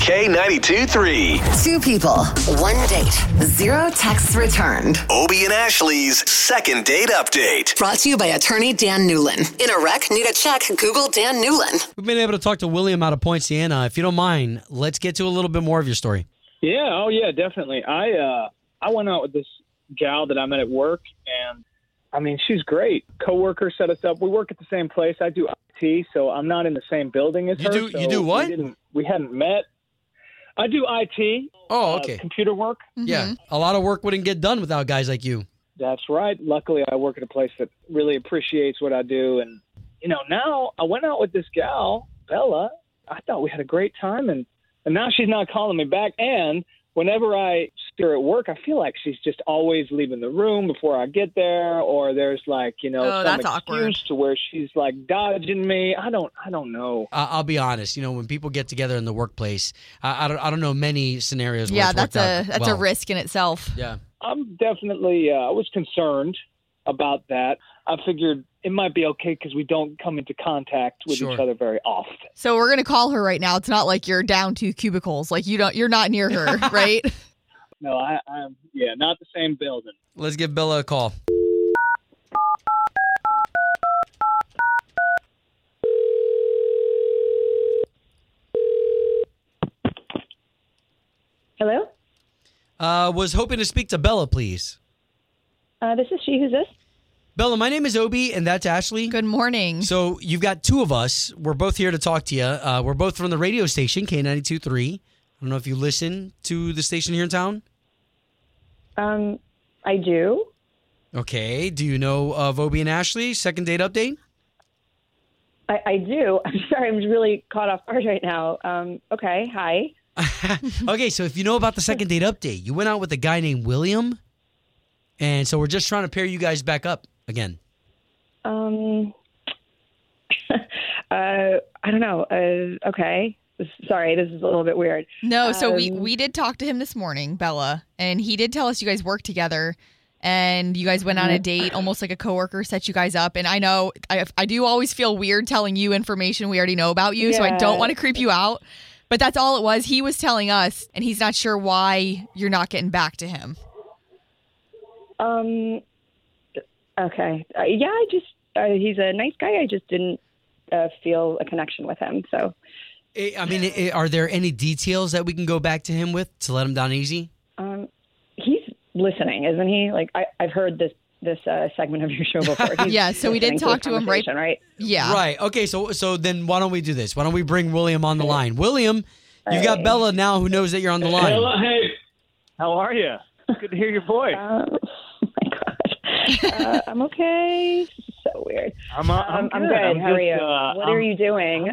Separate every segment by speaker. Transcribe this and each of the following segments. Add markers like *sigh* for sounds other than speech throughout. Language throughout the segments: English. Speaker 1: K92 3.
Speaker 2: Two people, one date, zero texts returned.
Speaker 1: Obie and Ashley's second date update.
Speaker 2: Brought to you by attorney Dan Newlin. In a wreck, need a check, Google Dan Newlin.
Speaker 3: We've been able to talk to William out of Poinciana. If you don't mind, let's get to a little bit more of your story.
Speaker 4: Yeah, oh yeah, definitely. I uh I went out with this gal that I met at work and I mean she's great. Coworker set us up. We work at the same place. I do IT, so I'm not in the same building as
Speaker 3: You
Speaker 4: her.
Speaker 3: do- you
Speaker 4: so
Speaker 3: do what?
Speaker 4: We, didn't, we hadn't met. I do IT.
Speaker 3: Oh,
Speaker 4: uh,
Speaker 3: okay.
Speaker 4: computer work.
Speaker 5: mm-hmm.
Speaker 3: Yeah. A lot of work wouldn't get done without guys like you.
Speaker 4: That's right. Luckily, I work at a place that really appreciates what I do. And, you know, now I went out with this gal, Bella. I thought we had a great time. And, and now she's not calling me back. And whenever I see her at work, I feel like she's just always leaving the room before I get there. Or there's like, you know,
Speaker 5: Oh,
Speaker 4: some
Speaker 5: that's
Speaker 4: excuse
Speaker 5: awkward.
Speaker 4: to where she's like dodging me. I don't, I don't know.
Speaker 3: I I'll be honest. You know, when people get together in the workplace, I, I don't. I don't know many scenarios. Where
Speaker 5: Yeah,
Speaker 3: it's
Speaker 5: that's
Speaker 3: worked
Speaker 5: a
Speaker 3: out
Speaker 5: that's a
Speaker 3: well.
Speaker 5: risk in itself.
Speaker 3: Yeah.
Speaker 4: I'm definitely uh, I was concerned about that. I figured it might be okay because we don't come into contact with
Speaker 3: Sure.
Speaker 4: each other very often.
Speaker 5: So we're gonna call her right now. It's not like you're down two cubicles. Like you don't you're not
Speaker 3: *laughs*
Speaker 5: near her, right?
Speaker 4: No, I, I'm yeah, not the same building.
Speaker 3: Let's give Bella a call.
Speaker 6: Hello?
Speaker 3: Uh, was hoping to speak to Bella, please.
Speaker 6: Uh, this is she. Who's this?
Speaker 3: Bella, my name is Obi, and that's Ashley.
Speaker 5: Good morning.
Speaker 3: So you've got two of us. We're both here to talk to you. Uh, we're both from the radio station K92.3. I don't know if you listen to the station here in town.
Speaker 6: Um, I do.
Speaker 3: Okay. Do you know of Obi and Ashley? Second date update.
Speaker 6: I, I do. *laughs* I'm sorry. I'm really caught off guard right now. Um, okay. Hi.
Speaker 3: okay, so if you know about the second date update, you went out with a guy named William, and so we're just trying to pair you guys back up again.
Speaker 6: Um, *laughs* uh, I don't know. Uh, okay. This- Sorry. This is a little bit weird.
Speaker 5: No, so we
Speaker 6: Um,
Speaker 5: we did talk to him this morning, Bella, and he did tell us you guys work together and you guys went on a date almost like a coworker set you guys up and I know I, I do always feel weird telling you information we already know about you, so I don't
Speaker 6: Yeah.
Speaker 5: want to creep you out. But that's all it was. He was telling us and he's not sure why you're not getting back to him.
Speaker 6: Um, okay. Uh, yeah. I just, uh, he's a nice guy. I just didn't uh, feel a connection with him. So,
Speaker 3: I I mean, i are there any details that we can go back to him with to let him down easy?
Speaker 6: um, he's listening, isn't he? Like, I, I've heard this, this uh, segment of your show before.
Speaker 5: *laughs*
Speaker 6: He's
Speaker 5: Yeah, so we did
Speaker 6: listening
Speaker 5: talk
Speaker 6: this
Speaker 5: to him right-
Speaker 6: conversation, Right.
Speaker 5: Yeah.
Speaker 3: Right. Okay. So so then why don't we do this? Why don't we bring William on the line? William, you've got Bella now who knows that you're on the line.
Speaker 4: hey, how are you? Good to hear your voice.
Speaker 6: Um, oh *laughs* my god, uh, I'm okay. So weird.
Speaker 4: *laughs* I'm, uh,
Speaker 6: Um, I'm good. How are you?
Speaker 4: just, uh,
Speaker 6: what
Speaker 4: I'm-
Speaker 6: are you doing?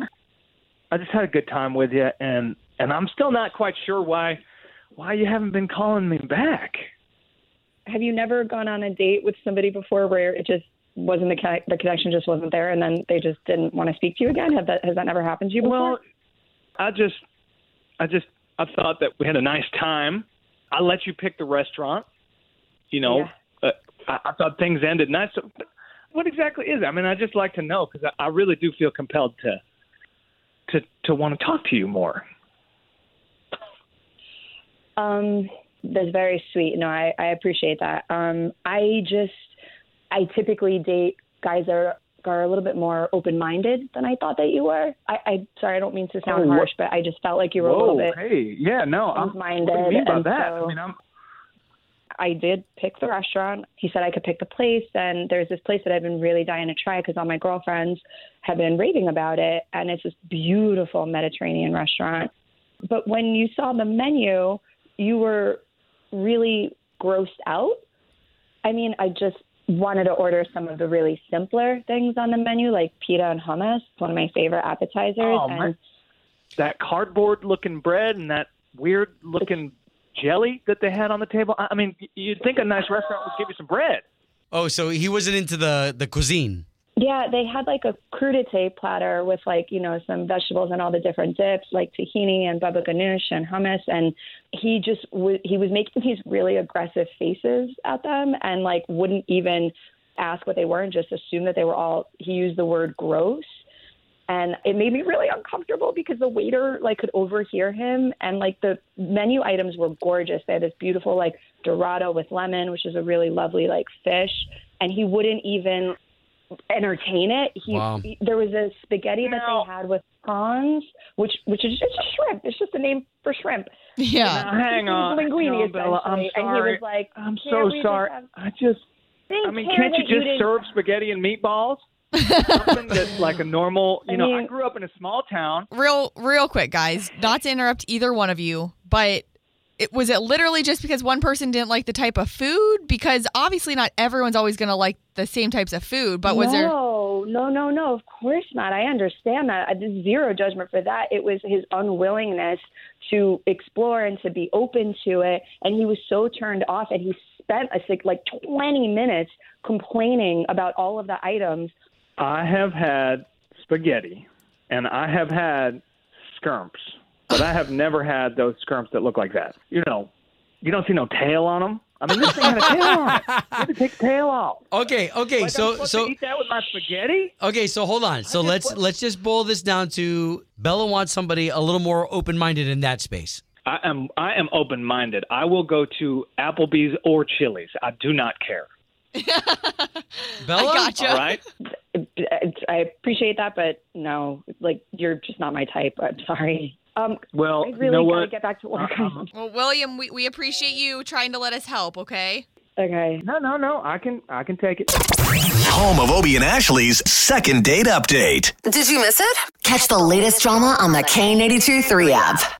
Speaker 4: I just had a good time with you, and and I'm still not quite sure why why you haven't been calling me back.
Speaker 6: Have you never gone on a date with somebody before where it just wasn't the con- the connection just wasn't there, and then they just didn't want to speak to you again? Have that has that never happened to you before?
Speaker 4: Well, I just I just I thought that we had a nice time. I let you pick the restaurant. You know, uh, I, I thought things ended nice. So, but what exactly is it? I mean, I just like to know because I, I really do feel compelled to to to want to talk to you more.
Speaker 6: Um, that's very sweet. No, I, I appreciate that. Um, I just, I typically date guys that are, are a little bit more open minded than I thought that you were. I, I sorry, I don't mean to sound
Speaker 4: Oh, what-
Speaker 6: harsh, but I just felt like you were a
Speaker 4: Whoa,
Speaker 6: little bit.
Speaker 4: hey, yeah, no, I'm
Speaker 6: open-minded,
Speaker 4: What do you mean by
Speaker 6: and
Speaker 4: that? I
Speaker 6: so-
Speaker 4: mean, I'm
Speaker 6: I did pick the restaurant. He said I could pick the place, and there's this place that I've been really dying to try because all my girlfriends have been raving about it, and it's this beautiful Mediterranean restaurant. But when you saw the menu, you were really grossed out. I mean, I just wanted to order some of the really simpler things on the menu, like pita and hummus, one of my favorite appetizers.
Speaker 4: Oh,
Speaker 6: and
Speaker 4: my- that cardboard looking bread and that weird looking jelly that they had on the table. I I mean, y- you'd think a nice restaurant would give you some bread.
Speaker 3: Oh, so he wasn't into the the cuisine.
Speaker 6: Yeah, they had like a crudité platter with like, you know, some vegetables and all the different dips, like tahini and baba ganoush and hummus. And he just, w- he was making these really aggressive faces at them and like wouldn't even ask what they were and just assumed that they were all, he used the word gross. and it made me really uncomfortable because the waiter like could overhear him and like the menu items were gorgeous they had this beautiful like dorado with lemon which is a really lovely like fish and he wouldn't even entertain it he,
Speaker 3: Wow.
Speaker 6: he- there was a spaghetti that they had with prawns which which is it's a shrimp it's just a name for shrimp
Speaker 5: Yeah.
Speaker 4: Now, hang on.
Speaker 6: linguine
Speaker 4: No, Bella, I'm
Speaker 6: essentially. and he
Speaker 4: sorry.
Speaker 6: was like
Speaker 4: I'm
Speaker 6: "Can't
Speaker 4: so
Speaker 6: we just
Speaker 4: sorry.
Speaker 6: have-
Speaker 4: I just,
Speaker 6: didn't
Speaker 4: I mean,
Speaker 6: care
Speaker 4: can't
Speaker 6: that
Speaker 4: you just
Speaker 6: didn't- *laughs*
Speaker 4: serve spaghetti and meatballs? Something that's like a normal, you
Speaker 6: I
Speaker 4: know, I
Speaker 6: mean-
Speaker 4: grew up in a small town.
Speaker 5: Real, real quick, guys. Not to interrupt either one of you, but it was it literally just because one person didn't like the type of food? Because obviously, not everyone's always going to like the same types of food. But was
Speaker 6: no,
Speaker 5: there?
Speaker 6: No, no, no, Of course not. I understand that. I- There's zero judgment for that. It was his unwillingness to explore and to be open to it, and he was so turned off. And he spent I think like 20 minutes complaining about all of the items.
Speaker 4: I have had spaghetti and I have had skirms, but I have never had those skirms that look like that. You know, you don't see no tail on them. I mean, this thing had a tail on it. You had to take the tail off.
Speaker 3: Okay, okay,
Speaker 4: Like, I'm
Speaker 3: so
Speaker 4: supposed
Speaker 3: so
Speaker 4: to eat that with my spaghetti.
Speaker 3: okay, so hold on. So let's let's just boil this down to Bella wants somebody a little more open minded in that space.
Speaker 4: I am I am open minded. I will go to Applebee's or Chili's. I do not care.
Speaker 3: Bella,
Speaker 5: I gotcha.
Speaker 4: All right.
Speaker 6: I appreciate that, but no, like you're just not my type. I'm sorry. Um,
Speaker 4: Well,
Speaker 6: I
Speaker 4: you
Speaker 6: really
Speaker 4: know
Speaker 6: gotta
Speaker 4: what?
Speaker 6: get back to work.
Speaker 4: Uh-uh.
Speaker 5: Well, William, we, we appreciate you trying to let us help. Okay.
Speaker 6: *laughs* okay.
Speaker 4: No, no, no. I can I can take it.
Speaker 1: Home of Obie and Ashley's second date update.
Speaker 2: Did you miss it? Catch the latest drama on the K82 3 app.